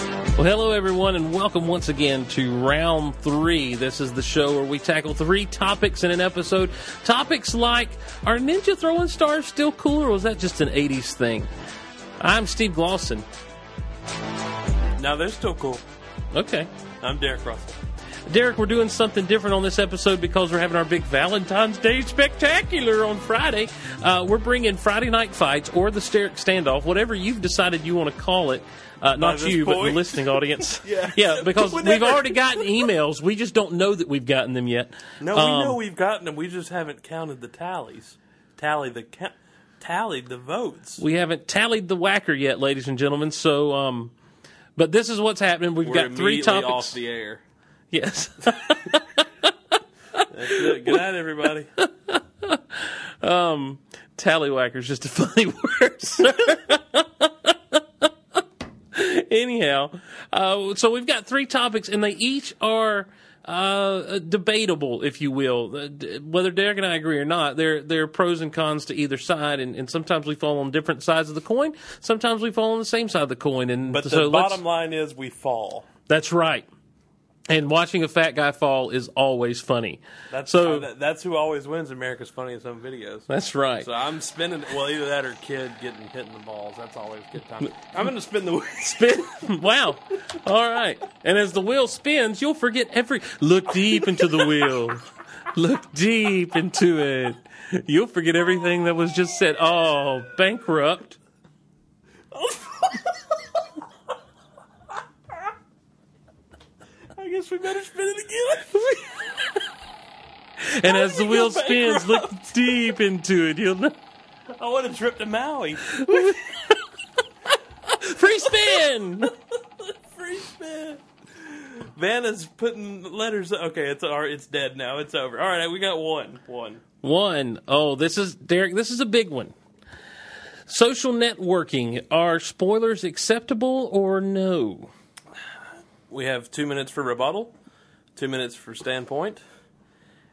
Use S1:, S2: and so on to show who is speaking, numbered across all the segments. S1: Hello, everyone, and welcome once again to round three. This is the show where we tackle three topics in an episode. Topics like Are ninja throwing stars still cool, or was that just an 80s thing? I'm Steve Glosson.
S2: Now they're still cool.
S1: Okay.
S2: I'm Derek Russell.
S1: Derek, we're doing something different on this episode because we're having our big Valentine's Day spectacular on Friday. Uh, we're bringing Friday night fights or the Steric standoff, whatever you've decided you want to call it. Uh, not
S2: this
S1: you, but the
S2: point.
S1: listening audience.
S2: Yes.
S1: Yeah, because we've
S2: Whatever.
S1: already gotten emails. We just don't know that we've gotten them yet.
S2: No,
S1: Um,
S2: we know we've gotten them. We just haven't counted the tallies. Tally the ca- tallied the votes.
S1: we haven't tallied the whacker yet, ladies and gentlemen. So, um, but this is what's happening. We've got three
S2: immediately
S1: topics.
S2: off the air.
S1: yes.
S2: That's it. Good night, everybody.
S1: Tallywhacker's just a funny word, sir. Anyhow, uh, so we've got three topics, and they each are uh, debatable, if you will. Uh, d- Whether Derek and I agree or not, there there are pros and cons to either side, and, and sometimes we fall on different sides of the coin. Sometimes we fall on the same side of the coin, and
S2: But
S1: so
S2: the
S1: let's-
S2: bottom line is we fall.
S1: that's right. And watching a fat guy fall is always funny.
S2: That's
S1: So-
S2: uh, that- that's who always wins America's Funniest Home Videos.
S1: That's right.
S2: so I'm spinning. Well, either that or kid getting hit in the balls. That's always a good time. I'm going to spin the wheels.
S1: spin. wow. All right. And as the wheel spins, you'll forget every. Look deep into the wheel. Look deep into it. You'll forget everything that was just said. Oh, bankrupt.
S2: I guess we better spin it again.
S1: And as the
S2: we
S1: wheel
S2: go
S1: spins, look deep into it. You'll know.
S2: I want a trip to Maui.
S1: Free spin.
S2: Free spin. Vanna's putting letters. Okay, it's all right, it's dead now. It's over. All right, we got one. One.
S1: One. Oh, this is Derek. This is a big one. Social networking. Are spoilers acceptable or no?
S2: We have two minutes for rebuttal, two minutes for standpoint,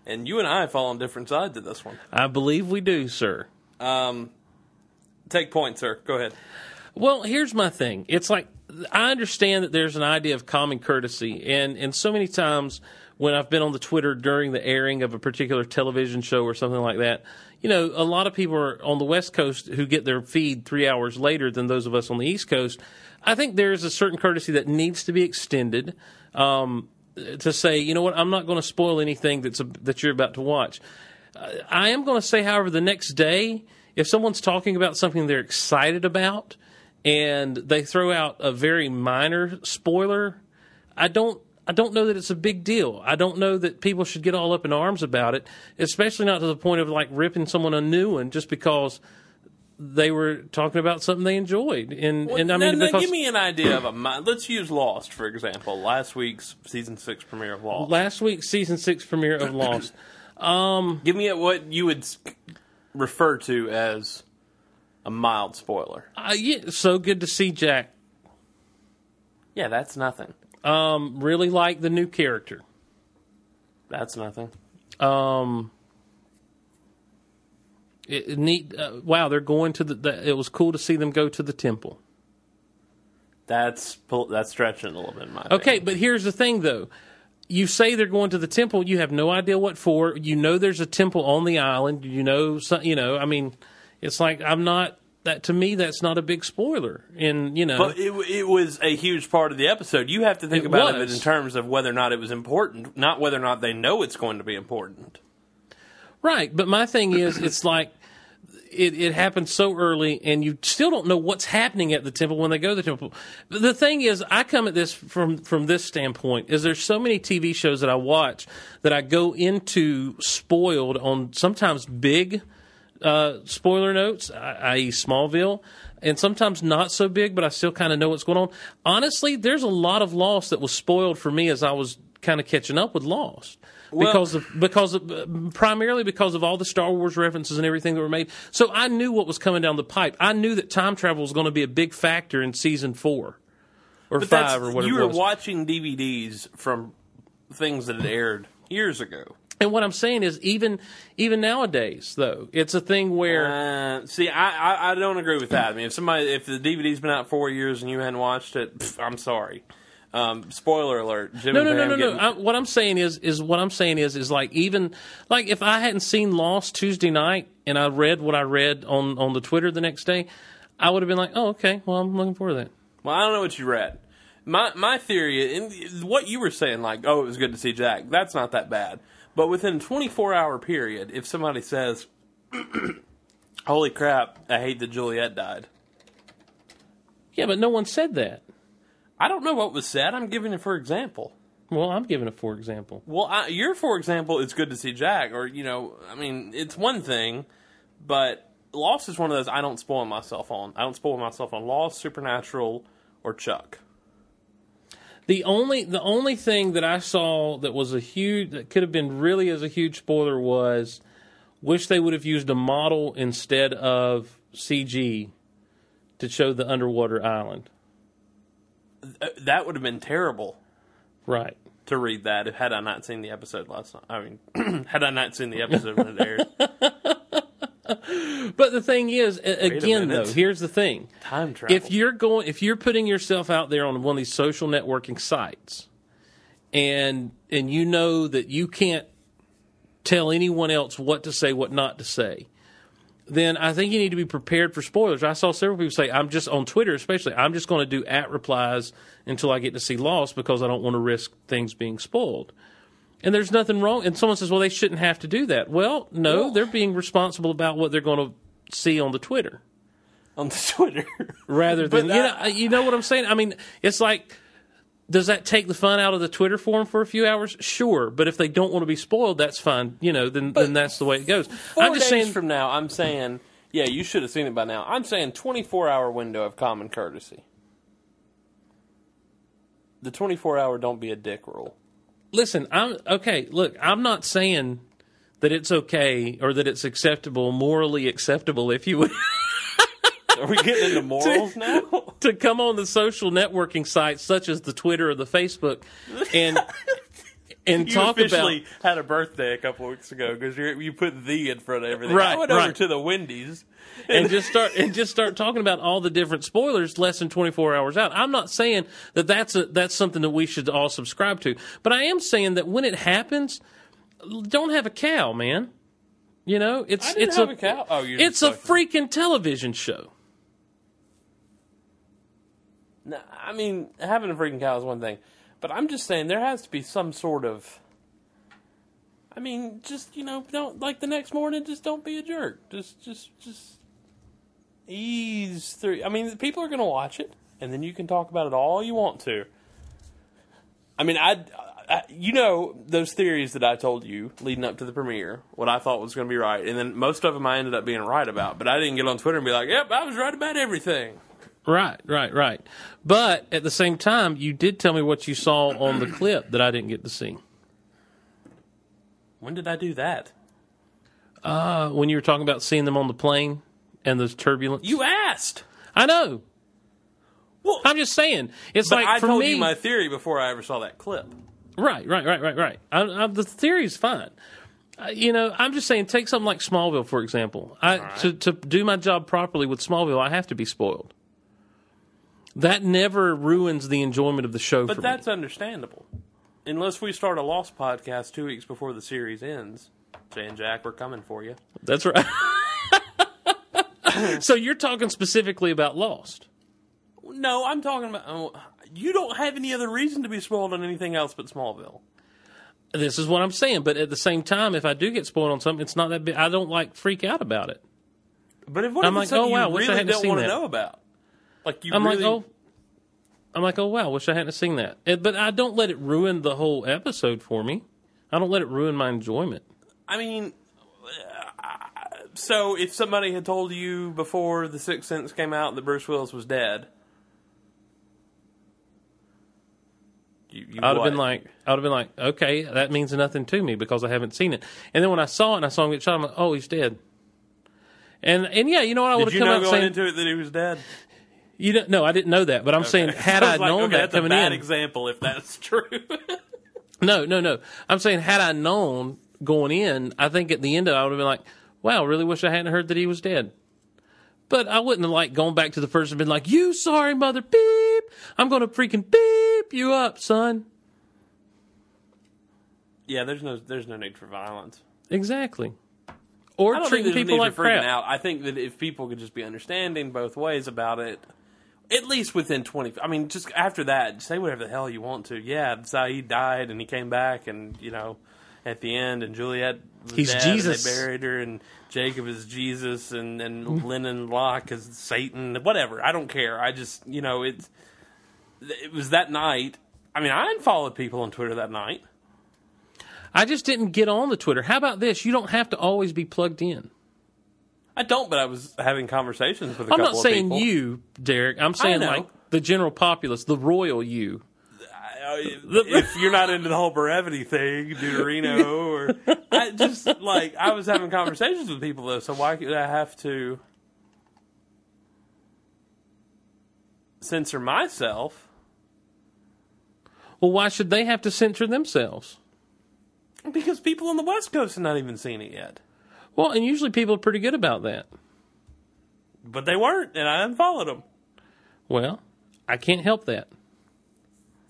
S2: and you and I fall on different sides of this one.
S1: I believe we do, sir.
S2: Um, take point, sir. Go ahead.
S1: Well, here's my thing. It's like I understand that there's an idea of common courtesy, and and so many times when I've been on the Twitter during the airing of a particular television show or something like that, you know, a lot of people are on the West Coast who get their feed three hours later than those of us on the East Coast. I think there is a certain courtesy that needs to be extended. Um, to say, you know what, I'm not going to spoil anything that's that you're about to watch. I am going to say, however, the next day, if someone's talking about something they're excited about and they throw out a very minor spoiler, I don't. I don't know that it's a big deal. I don't know that people should get all up in arms about it, especially not to the point of like ripping someone a new one just because they were talking about something they enjoyed. And and I
S2: now,
S1: mean,
S2: now
S1: because
S2: give me an idea of a. mi- Let's use Lost for example. Last week's season six premiere of Lost.
S1: last week's season six premiere of Lost.
S2: Give me a, what you would s- refer to as a mild spoiler.
S1: Uh, yeah, so good to see Jack.
S2: Yeah, that's nothing.
S1: Um, really like the new character.
S2: That's nothing.
S1: Um, it, it neat. Uh, wow, they're going to the, the. It was cool to see them go to the temple.
S2: That's pol- that's stretching it a little bit. In my
S1: Okay, but here's the thing, though. You say they're going to the temple. You have no idea what for. You know there's a temple on the island. You know, so, you know. I mean, it's like I'm not. That to me, that's not a big spoiler. And you know,
S2: But it, w- it was a huge part of the episode. You have to think
S1: It
S2: about
S1: was.
S2: it in terms of whether or not it was important, not whether or not they know it's going to be important.
S1: Right, but my thing is, it's like it, it happened so early, and you still don't know what's happening at the temple when they go to the temple. But the thing is, I come at this from from this standpoint: is there's so many TV shows that I watch that I go into spoiled on sometimes big uh, spoiler notes, i- i.e., Smallville, and sometimes not so big, but I still kind of know what's going on. Honestly, there's a lot of loss that was spoiled for me as I was kind of catching up with Lost. because of because of, primarily because of all the Star Wars references and everything that were made, so I knew what was coming down the pipe. I knew that time travel was going to be a big factor in season four or
S2: But that's
S1: five or whatever.
S2: you
S1: it
S2: were
S1: was.
S2: watching DVDs from things that had aired years ago.
S1: and what I'm saying is, even even nowadays, though, it's a thing where
S2: Uh, see, I, I I don't agree with that. I mean, if somebody if the DVD's been out four years and you hadn't watched it, pff, I'm sorry. Um, spoiler alert: Jim
S1: No,
S2: and
S1: no, no,
S2: Pam
S1: no, no.
S2: get-
S1: I, what I'm saying is, is what I'm saying is, is like even like if I hadn't seen Lost Tuesday night and I read what I read on on the Twitter the next day, I would have been like, oh, okay, well, I'm looking forward to that.
S2: Well, I don't know what you read. My my theory and what you were saying, like, oh, it was good to see Jack. That's not that bad. But within a 24 hour period, if somebody says, "Holy crap, I hate that Juliet died,"
S1: Yeah, but no one said that.
S2: I don't know what was said. I'm giving it for example.
S1: Well, I'm giving a for example.
S2: Well, I, your for example, it's good to see Jack, or you know, I mean, it's one thing, but Lost is one of those I don't spoil myself on. I don't spoil myself on Lost, Supernatural, or Chuck.
S1: The only the only thing that I saw that was a huge that could have been really as a huge spoiler was wish they would have used a model instead of CG to show the underwater island.
S2: Th- Uh, That would have been terrible.
S1: Right.
S2: to read that had I not seen the episode last night. I mean, had I not seen the episode when it aired.
S1: But the thing is, a- again though,
S2: minute.
S1: here's the thing.
S2: Time travel.
S1: If you're going if you're putting yourself out there on one of these social networking sites and and you know that you can't tell anyone else what to say, what not to say, then I think you need to be prepared for spoilers. I saw several people say, I'm just on Twitter, especially, I'm just going to do at replies until I get to see Lost because I don't want to risk things being spoiled. And there's nothing wrong. And someone says, well, they shouldn't have to do that. Well, no, they're being responsible about what they're going to see on the Twitter
S2: on the Twitter.
S1: rather than,
S2: But
S1: you,
S2: I-
S1: know, you know what I'm saying? I mean, it's like, does that take the fun out of the Twitter forum for a few hours? Sure. But if they don't want to be spoiled, that's fine. You know, then, then that's the way it goes.
S2: i
S1: I'm just saying,
S2: from now, I'm saying, yeah, you should have seen it by now. I'm saying 24 hour window of common courtesy. The 24 hour don't be a dick rule.
S1: listen, I'm okay. Look, I'm not saying that it's okay or that it's acceptable, morally acceptable, if you would,
S2: Are we getting into morals now?
S1: to come on the social networking sites such as the Twitter or the Facebook and and
S2: You
S1: talk about
S2: officially had a birthday a couple weeks ago because you put the in front of everything. I
S1: Right,
S2: went over
S1: right.
S2: to the Wendy's.
S1: and just start and just start talking about all the different spoilers less than 24 hours out. I'm not saying that that's a, that's something that we should all subscribe to, but I am saying that when it happens, don't have a cow, man. You know, it's
S2: I didn't
S1: it's
S2: have a cow. Oh, you're
S1: It's
S2: just
S1: a
S2: talking.
S1: freaking television show.
S2: No, I mean, having a freaking cow is one thing, but I'm just saying there has to be some sort of. I mean, just you know, don't like the next morning. Just don't be a jerk. Just, just, just ease through. I mean, people are going to watch it, and then you can talk about it all you want to. I mean, I, I, you know, those theories that I told you leading up to the premiere, what I thought was going to be right, and then most of them I ended up being right about. But I didn't get on Twitter and be like, "Yep, I was right about everything."
S1: Right, right, right. But at the same time, you did tell me what you saw on the clip that I didn't get to see.
S2: When did I do that?
S1: Uh, when you were talking about seeing them on the plane and the turbulence,
S2: You asked.
S1: I know.
S2: Well,
S1: I'm just saying, it's
S2: but
S1: like
S2: I
S1: for
S2: told
S1: me,
S2: you my theory before I ever saw that clip.
S1: Right, right, right, right, right. I, I, the theory's fine. Uh, you know, I'm just saying, take something like Smallville, for example. I, to, to do my job properly with Smallville, I have to be spoiled. That never ruins the enjoyment of the show
S2: But
S1: for
S2: that's
S1: me.
S2: understandable. Unless we start a Lost podcast two weeks before the series ends, saying, Jack, we're coming for you.
S1: That's right. so you're talking specifically about Lost.
S2: No, I'm talking about. Oh, you don't have any other reason to be spoiled on anything else but Smallville.
S1: This is what I'm saying, but at the same time, if I do get spoiled on something, it's not that big. I don't like freak out about it.
S2: But if what
S1: I'm
S2: if
S1: like,
S2: it's something
S1: oh, wow,
S2: you
S1: wish I
S2: really
S1: hadn't
S2: don't
S1: seen
S2: want to
S1: that.
S2: know about? Like you
S1: I'm
S2: really,
S1: like, oh, I'm like, oh wow, wish I hadn't seen that. Eh, But I don't let it ruin the whole episode for me. I don't let it ruin my enjoyment.
S2: I mean, uh, so if somebody had told you before The Sixth Sense came out that Bruce Willis was dead, you, you
S1: I'd have
S2: what?
S1: been like, I'd have been like, okay, that means nothing to me because I haven't seen it. And then when I saw it and I saw him get shot, I'm like, oh, he's dead. And and yeah, you know what I would have
S2: Did you
S1: come
S2: know
S1: out
S2: going
S1: saying,
S2: into it that he was dead?
S1: you don't, no, I didn't know that, but I'm saying had
S2: I
S1: I,
S2: was like,
S1: known
S2: okay,
S1: that
S2: that's a
S1: coming
S2: bad
S1: in,
S2: example if that's true.
S1: no, no, no, I'm saying had I known going in, I think at the end of it, I would have been like, wow, really wish I hadn't heard that he was dead. But I wouldn't have like gone back to the person and been like, "You sorry mother beep, I'm gonna freaking beep." whip you up, son.
S2: Yeah, there's no there's no need for violence.
S1: Exactly. Or
S2: I don't
S1: treating
S2: think there's a
S1: people
S2: need
S1: like
S2: for freaking
S1: crap.
S2: out. I think that if people could just be understanding both ways about it, at least within 20. I mean, just after that, say whatever the hell you want to. Yeah, Saeed died and he came back, and you know, at the end, and Juliet. Was
S1: He's
S2: dead, and
S1: Jesus.
S2: they buried her, and Jacob is Jesus, and and
S1: Mm-hmm.
S2: Lennon Locke is Satan. Whatever. I don't care. I just you know it's it was that night. I mean, I unfollowed people on Twitter that night.
S1: I just didn't get on the Twitter. How about this? You don't have to always be plugged in.
S2: I don't, but I was having conversations with a
S1: I'm
S2: couple
S1: not saying
S2: of people.
S1: you, Derek. I'm saying
S2: know.
S1: like the general populace, the royal you.
S2: I- if you're not into the whole brevity thing, Deuterino, or I just like I was having conversations with people though, so why could I have to censor myself?
S1: Well, why should they have to censor themselves?
S2: Because people on the West Coast have not even seen it yet,
S1: Well, and usually people are pretty good about that.
S2: but they weren't, and I unfollowed them.
S1: Well, I can't help that.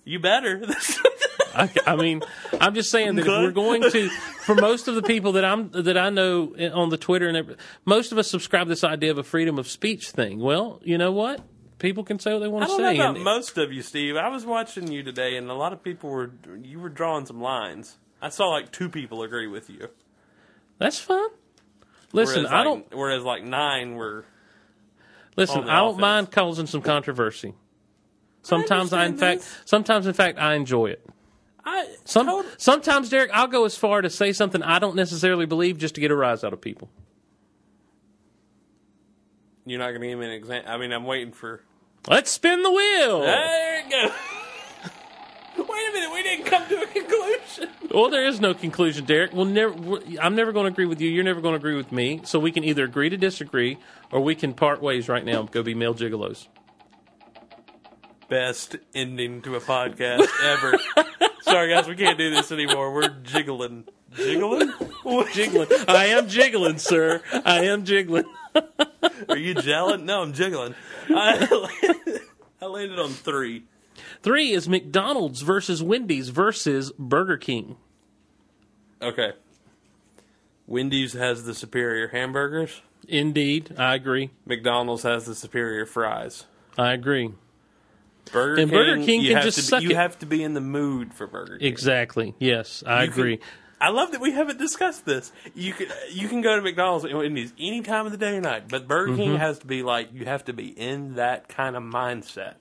S2: You better.
S1: I, I mean, I'm just saying that if
S2: Okay.
S1: we're going to, for most of the people that I'm that I know on the Twitter and every, most of us subscribe to this idea of a freedom of speech thing. Well, you know what? People can say what they want
S2: I
S1: to
S2: don't
S1: say.
S2: know about
S1: and-
S2: most of you, Steve. I was watching you today, and a lot of people were you were drawing some lines. I saw like two people agree with you.
S1: that's fine. Listen,
S2: Whereas,
S1: I
S2: like-
S1: don't
S2: Whereas like nine were.
S1: Listen,
S2: on the
S1: I don't
S2: offense.
S1: mind causing some controversy. Sometimes I, in
S2: understand
S1: fact, sometimes in fact, I enjoy it.
S2: I
S1: Some,
S2: tot-
S1: Sometimes, Derek, I'll go as far to say something I don't necessarily believe just to get a rise out of people.
S2: You're not going to give me an example. I mean, I'm waiting for.
S1: Let's spin the wheel.
S2: There it goes. Wait a minute, we didn't come to a conclusion.
S1: Well, there is no conclusion, Derek. We'll never. we I'm never going to agree with you. You're never going to agree with me. So we can either agree to disagree, or we can part ways right now and go be male gigolos.
S2: Best ending to a podcast ever. Sorry, guys, we can't do this anymore. We're jiggling. Jiggling?
S1: Jiggling. I am jiggling, sir. I am jiggling.
S2: Are you jelling? No, I'm jiggling. I, I landed on three.
S1: Three is McDonald's versus Wendy's versus Burger King.
S2: Okay. Wendy's has the superior hamburgers.
S1: Indeed, I agree.
S2: McDonald's has the superior fries.
S1: I agree.
S2: Burger
S1: And
S2: King,
S1: Burger King
S2: you
S1: can
S2: have
S1: just
S2: to be,
S1: suck
S2: You
S1: it.
S2: have to be in the mood for Burger King.
S1: Exactly. Yes, I
S2: You can-
S1: agree.
S2: I love that we haven't discussed this. You can you can go to McDonald's and Wendy's any time of the day or night, but Burger
S1: Mm-hmm.
S2: King has to be like you have to be in that kind of mindset.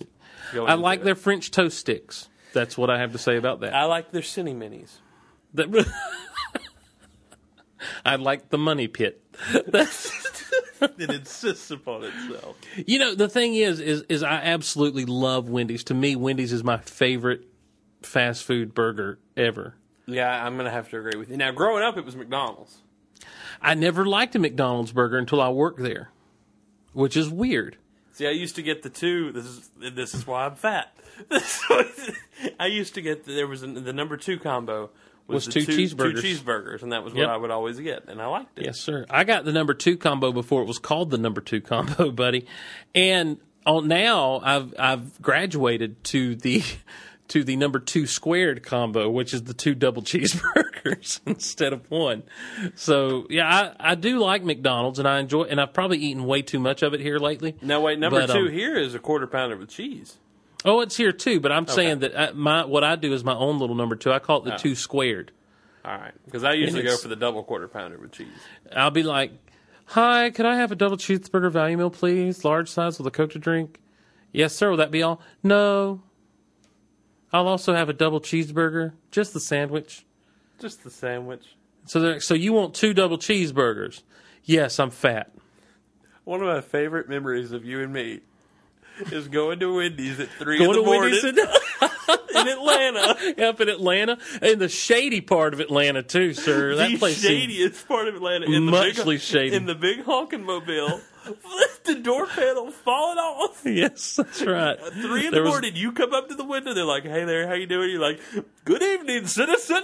S2: going
S1: I
S2: into
S1: like
S2: it.
S1: their French toast sticks. That's what I have to say about that.
S2: I like their Cine Minis.
S1: That- I like the money pit.
S2: It insists upon itself.
S1: You know, the thing is, is, is I absolutely love Wendy's. To me, Wendy's is my favorite fast food burger ever.
S2: Yeah, I'm gonna have to agree with you. Now, growing up, it was McDonald's.
S1: I never liked a McDonald's burger until I worked there, which is weird.
S2: See, I used to get the two. This is this is why I'm fat. This was- I used to get there was an, the number two combo
S1: Was
S2: was, the
S1: two cheeseburgers.
S2: two cheeseburgers, and that was
S1: Yep.
S2: what I would always get, and I liked it.
S1: Yes, sir. I got the number two combo before it was called the number two combo, buddy. And on now I've I've graduated to the to the number two squared combo, which is the two double cheeseburgers instead of one. So yeah, I, I do like McDonald's and I enjoy and I've probably eaten way too much of it here lately.
S2: Now wait, number
S1: But,
S2: two
S1: um,
S2: here is a quarter pounder with cheese.
S1: Oh, it's here too, but I'm saying that I, my what I do is my own little number two. I call it the two squared.
S2: All right, because I usually
S1: And
S2: go
S1: it's-
S2: for the double quarter pounder with cheese.
S1: I'll be like, "Hi, could I have a double cheeseburger value meal, please? Large size with a Coke to drink." Yes, sir. Will that be all? No. I'll also have a double cheeseburger, just the sandwich.
S2: Just the sandwich.
S1: So, they're- so you want two double cheeseburgers? Yes, I'm fat.
S2: One of my favorite memories of you and me is going to Wendy's at three in
S1: Going
S2: the
S1: to
S2: morning
S1: Wendy's in,
S2: in Atlanta.
S1: up in Atlanta, in the shady part of Atlanta too, sir. That
S2: the
S1: place seems-
S2: shadiest part of Atlanta in the
S1: Muchly
S2: big,
S1: shady.
S2: in the big honking mobile. the door panel falling off.
S1: Yes, that's right.
S2: At three in
S1: There
S2: the
S1: was-
S2: morning, you come up to the window. They're like, "Hey there, how you doing?" You're like, "Good evening, citizen."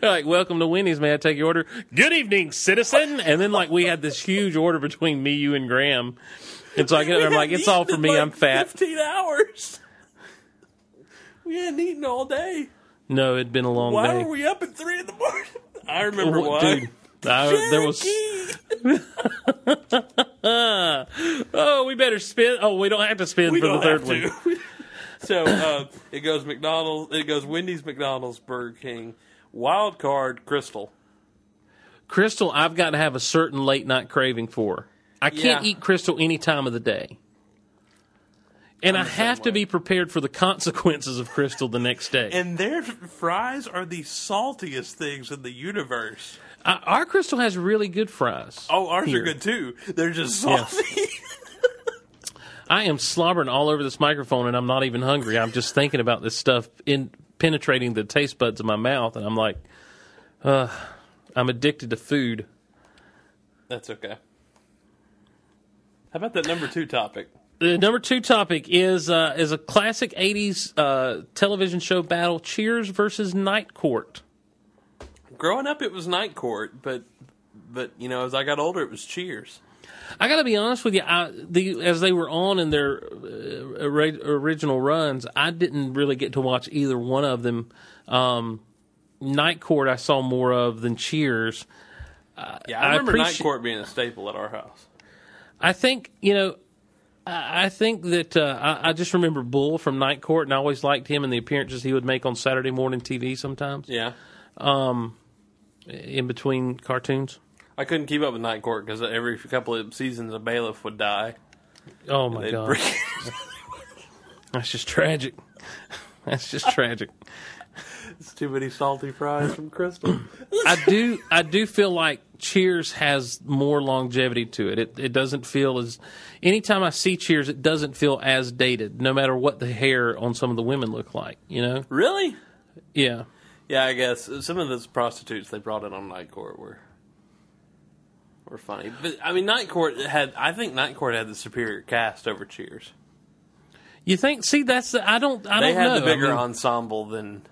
S1: They're like, welcome to Winnie's. May I take your order? Good evening, citizen. And then, like, we had this huge order between me, you, and Graham. And so I get there, I'm like, it's all for me. I'm fat.
S2: Fifteen hours. We hadn't eaten all day.
S1: No, it'd been a long
S2: Why
S1: day.
S2: were we up at three in the morning? I remember
S1: Wha-
S2: why.
S1: Dude, I, there was.
S2: Cherokee!
S1: Oh, we better spin. Oh, we don't have to spin
S2: we
S1: for
S2: don't
S1: the third
S2: have
S1: one.
S2: to. so uh, it goes McDonald's. It goes Wendy's, McDonald's, Burger King, Wild Card, Crystal.
S1: Crystal, I've got to have a certain late night craving for. I can't
S2: Yeah.
S1: eat Crystal any time of the day. And i
S2: the
S1: have
S2: same
S1: to
S2: way.
S1: be prepared for the consequences of Crystal the next day.
S2: And their fries are the saltiest things in the universe.
S1: I, our Crystal has really good fries.
S2: Oh, ours
S1: Here.
S2: are good too. They're just salty.
S1: I am slobbering all over this microphone and I'm not even hungry. I'm just thinking about this stuff in penetrating the taste buds of my mouth. And I'm like, uh, I'm addicted to food.
S2: That's okay. How about that number two topic?
S1: The Uh, number two topic is uh, is a classic '80s uh, television show battle: Cheers versus Night Court.
S2: Growing up, it was Night Court, but but you know, as I got older, it was Cheers.
S1: I got to be honest with you. I, the, as they were on in their uh, ori- original runs, I didn't really get to watch either one of them. Um, Night Court, I saw more of than Cheers.
S2: Yeah,
S1: I
S2: I remember Night
S1: appreciate-
S2: Court being a staple at our house.
S1: I think you know. I I think that uh, I, I just remember Bull from Night Court, and I always liked him and the appearances he would make on Saturday morning TV sometimes
S2: Yeah,
S1: in between cartoons.
S2: I couldn't keep up with Night Court because every couple of seasons, a bailiff would die.
S1: Oh my
S2: They'd
S1: god,
S2: bring-
S1: that's just tragic. That's just tragic.
S2: it's too many salty fries from Crystal.
S1: I do I do feel like Cheers has more longevity to it. It it doesn't feel as anytime I see Cheers, it doesn't feel as dated, no matter what the hair on some of the women look like, you know?
S2: really?
S1: Yeah.
S2: Yeah, I guess some of those prostitutes they brought in on Night Court were were funny, but I mean, Night Court had I think Night Court had the superior cast over Cheers.
S1: You think see that's the, I don't I
S2: They
S1: don't
S2: had
S1: know.
S2: the bigger
S1: I mean,
S2: ensemble than.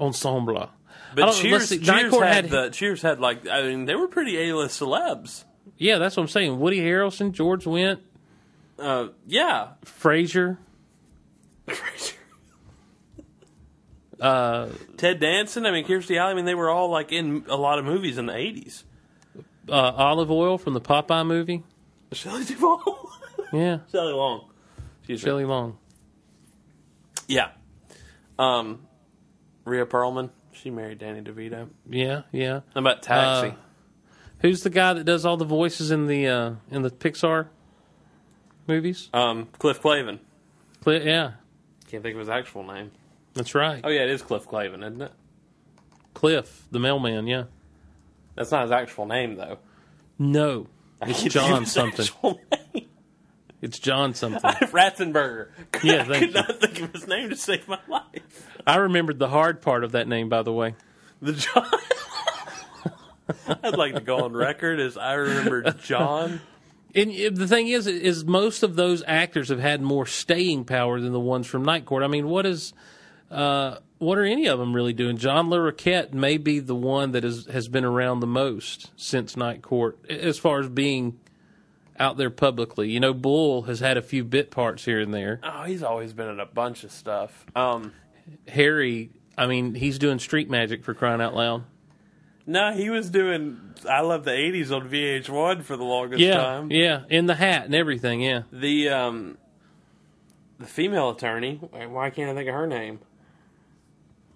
S1: ensemble. I
S2: But
S1: don't-
S2: Cheers,
S1: let's see, Night
S2: Cheers
S1: Court
S2: had,
S1: had-
S2: the Cheers had like I mean they were pretty A list celebs.
S1: Yeah, that's what I'm saying. Woody Harrelson, George Wendt,
S2: Uh, yeah,
S1: Frasier.
S2: Ted Danson. I mean Kirstie Alley. I mean they were all like in a lot of movies in the eighties.
S1: uh, olive oil from the Popeye movie.
S2: Shelley Duvall,
S1: Yeah,
S2: Shelley Long. Excuse me.
S1: Shelley Long.
S2: Yeah. Um, Rhea Perlman. She married Danny DeVito.
S1: Yeah, yeah.
S2: How about Taxi?
S1: Uh, Who's the guy that does all the voices in the uh, in the Pixar movies?
S2: Um, Cliff Clavin.
S1: Cl- yeah,
S2: Can't think of his actual name.
S1: that's right.
S2: Oh yeah, it is Cliff Clavin, isn't it?
S1: Cliff, the mailman. Yeah.
S2: That's not his actual name though.
S1: No,
S2: I
S1: it's
S2: can't
S1: John
S2: think of
S1: something.
S2: his actual name.
S1: It's John something.
S2: Ratzenberger.
S1: Yeah,
S2: I
S1: thank
S2: could
S1: you.
S2: not think of his name to save my life.
S1: I remembered the hard part of that name, by the way.
S2: The John. I'd like to go on record as I remember John.
S1: And uh, the thing is, is most of those actors have had more staying power than the ones from Night Court. I mean, what is, uh, what are any of them really doing? John LaRoquette may be the one that is, has been around the most since Night Court, a- as far as being out there publicly. You know, Bull has had a few bit parts here and there.
S2: Oh, he's always been in a bunch of stuff. Um,
S1: Harry, I mean, he's doing street magic for crying out loud.
S2: no, he was doing I Love the 80s on VH1 for the longest
S1: Yeah,
S2: time.
S1: yeah, in the hat and everything. Yeah,
S2: The um, the female attorney. Why can't I think of her name?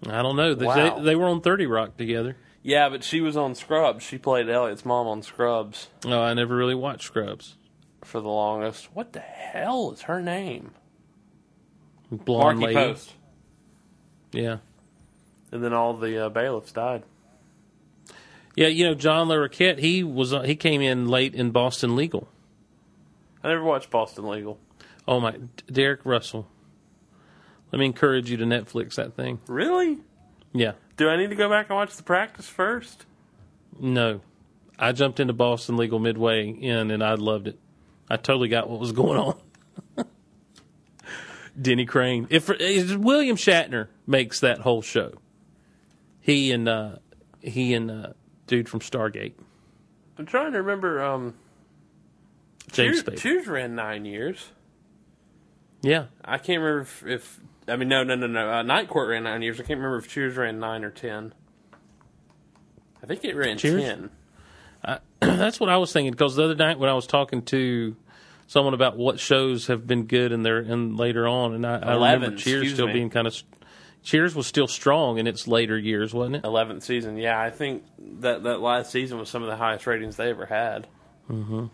S1: I don't know. They,
S2: Wow.
S1: they, they were on Thirty Rock together.
S2: Yeah, but she was on Scrubs. She played Elliot's mom on Scrubs
S1: Oh, I never really watched Scrubs.
S2: for the longest. What the hell is her name?
S1: blonde
S2: Marky
S1: lady.
S2: Post.
S1: Yeah.
S2: And then all the uh, bailiffs died.
S1: Yeah, you know John LaRoquette, he was uh, he came in late in Boston Legal.
S2: I never watched Boston Legal.
S1: Oh my, Derek Russell. Let me encourage you to Netflix that thing.
S2: Really?
S1: Yeah.
S2: Do I need to go back and watch the practice first?
S1: No. I jumped into Boston Legal midway in and I loved it. I totally got what was going on. Denny Crane. If it's William Shatner makes that whole show. He and uh he and uh dude from Stargate,
S2: I'm trying to remember. Um,
S1: James
S2: Cheers,
S1: Spade.
S2: Cheers ran nine years.
S1: Yeah.
S2: I can't remember if, if I mean, no, no, no, no. Uh, Night Court ran nine years. I can't remember if Cheers ran nine or ten. I think it ran
S1: Cheers?
S2: ten.
S1: That's what I was thinking because the other night when I was talking to someone about what shows have been good and they're and later on, and I, I remember
S2: 11,
S1: Cheers
S2: excuse
S1: still
S2: me.
S1: being kind of Cheers was still strong in its later years, wasn't it?
S2: Eleventh season. Yeah, I think that that last season was some of the highest ratings they ever had. Mm-hmm.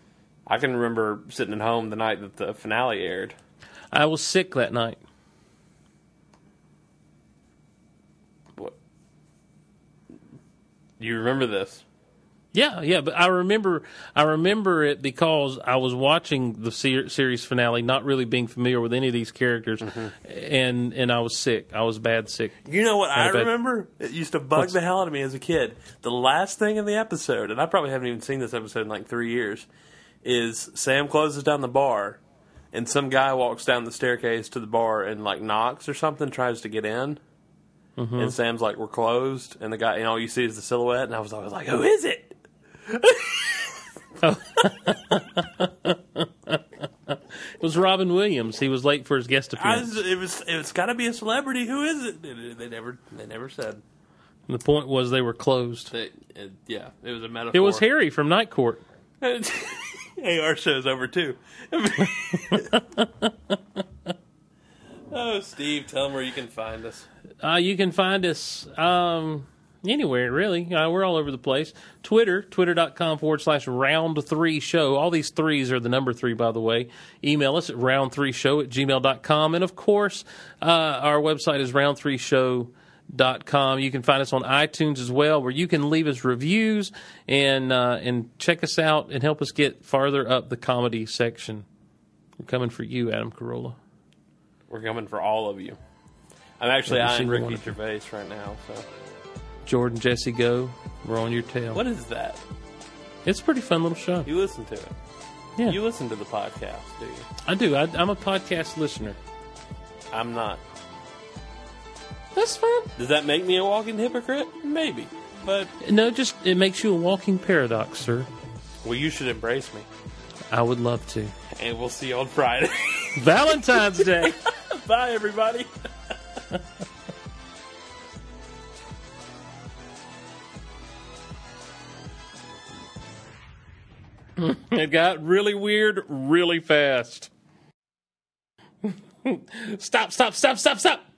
S2: I can remember sitting at home the night that the finale aired.
S1: I was sick that night.
S2: What? You remember this?
S1: Yeah, yeah, but I remember I remember it because I was watching the ser- series finale, not really being familiar with any of these characters,
S2: Mm-hmm.
S1: and and I was sick. I was bad sick.
S2: You know what I
S1: bet.
S2: remember? It used to bug the hell out of me as a kid. The last thing in the episode, and I probably haven't even seen this episode in like three years, is Sam closes down the bar, and some guy walks down the staircase to the bar and like knocks or something, tries to get in, and Sam's like, "We're closed," and the guy, and all you see is the silhouette, and I was always like, "Who is it?"
S1: It was Robin Williams. He was late for his guest
S2: I
S1: appearance.
S2: was, it was. It's got to be a celebrity. Who is it? And They never. They never said.
S1: And the point was they were closed.
S2: They, uh, yeah, it was a metaphor.
S1: It was Harry from Night Court.
S2: AR show's over too. oh, Steve, tell them where you can find us.
S1: Uh, you can find us um, anywhere, really. Uh, we're all over the place. Twitter, twitter.com forward slash round three show. All these threes are the number three, by the way. Email us at round three show at gmail.com. And of course, uh, our website is round three show. Dot com. You can find us on iTunes as well, where you can leave us reviews and uh, and check us out and help us get farther up the comedy section. We're coming for you, Adam Carolla.
S2: We're coming for all of you. I'm actually
S1: Every
S2: eyeing
S1: single one
S2: Ricky
S1: of you.
S2: Gervais right now. So,
S1: Jordan, Jesse, go. We're on your tail.
S2: what is that?
S1: It's a pretty fun little show.
S2: You listen to it.
S1: Yeah.
S2: You listen to the podcast, do you?
S1: I do. I, I'm a podcast listener.
S2: I'm not.
S1: That's fine.
S2: Does that make me a walking hypocrite? Maybe, but
S1: No, just it makes you a walking paradox, sir.
S2: well, you should embrace me,
S1: I would love to.
S2: and we'll see you on Friday.
S1: Valentine's Day.
S2: Bye, everybody.
S1: it got really weird really fast. stop, stop, stop, stop, stop.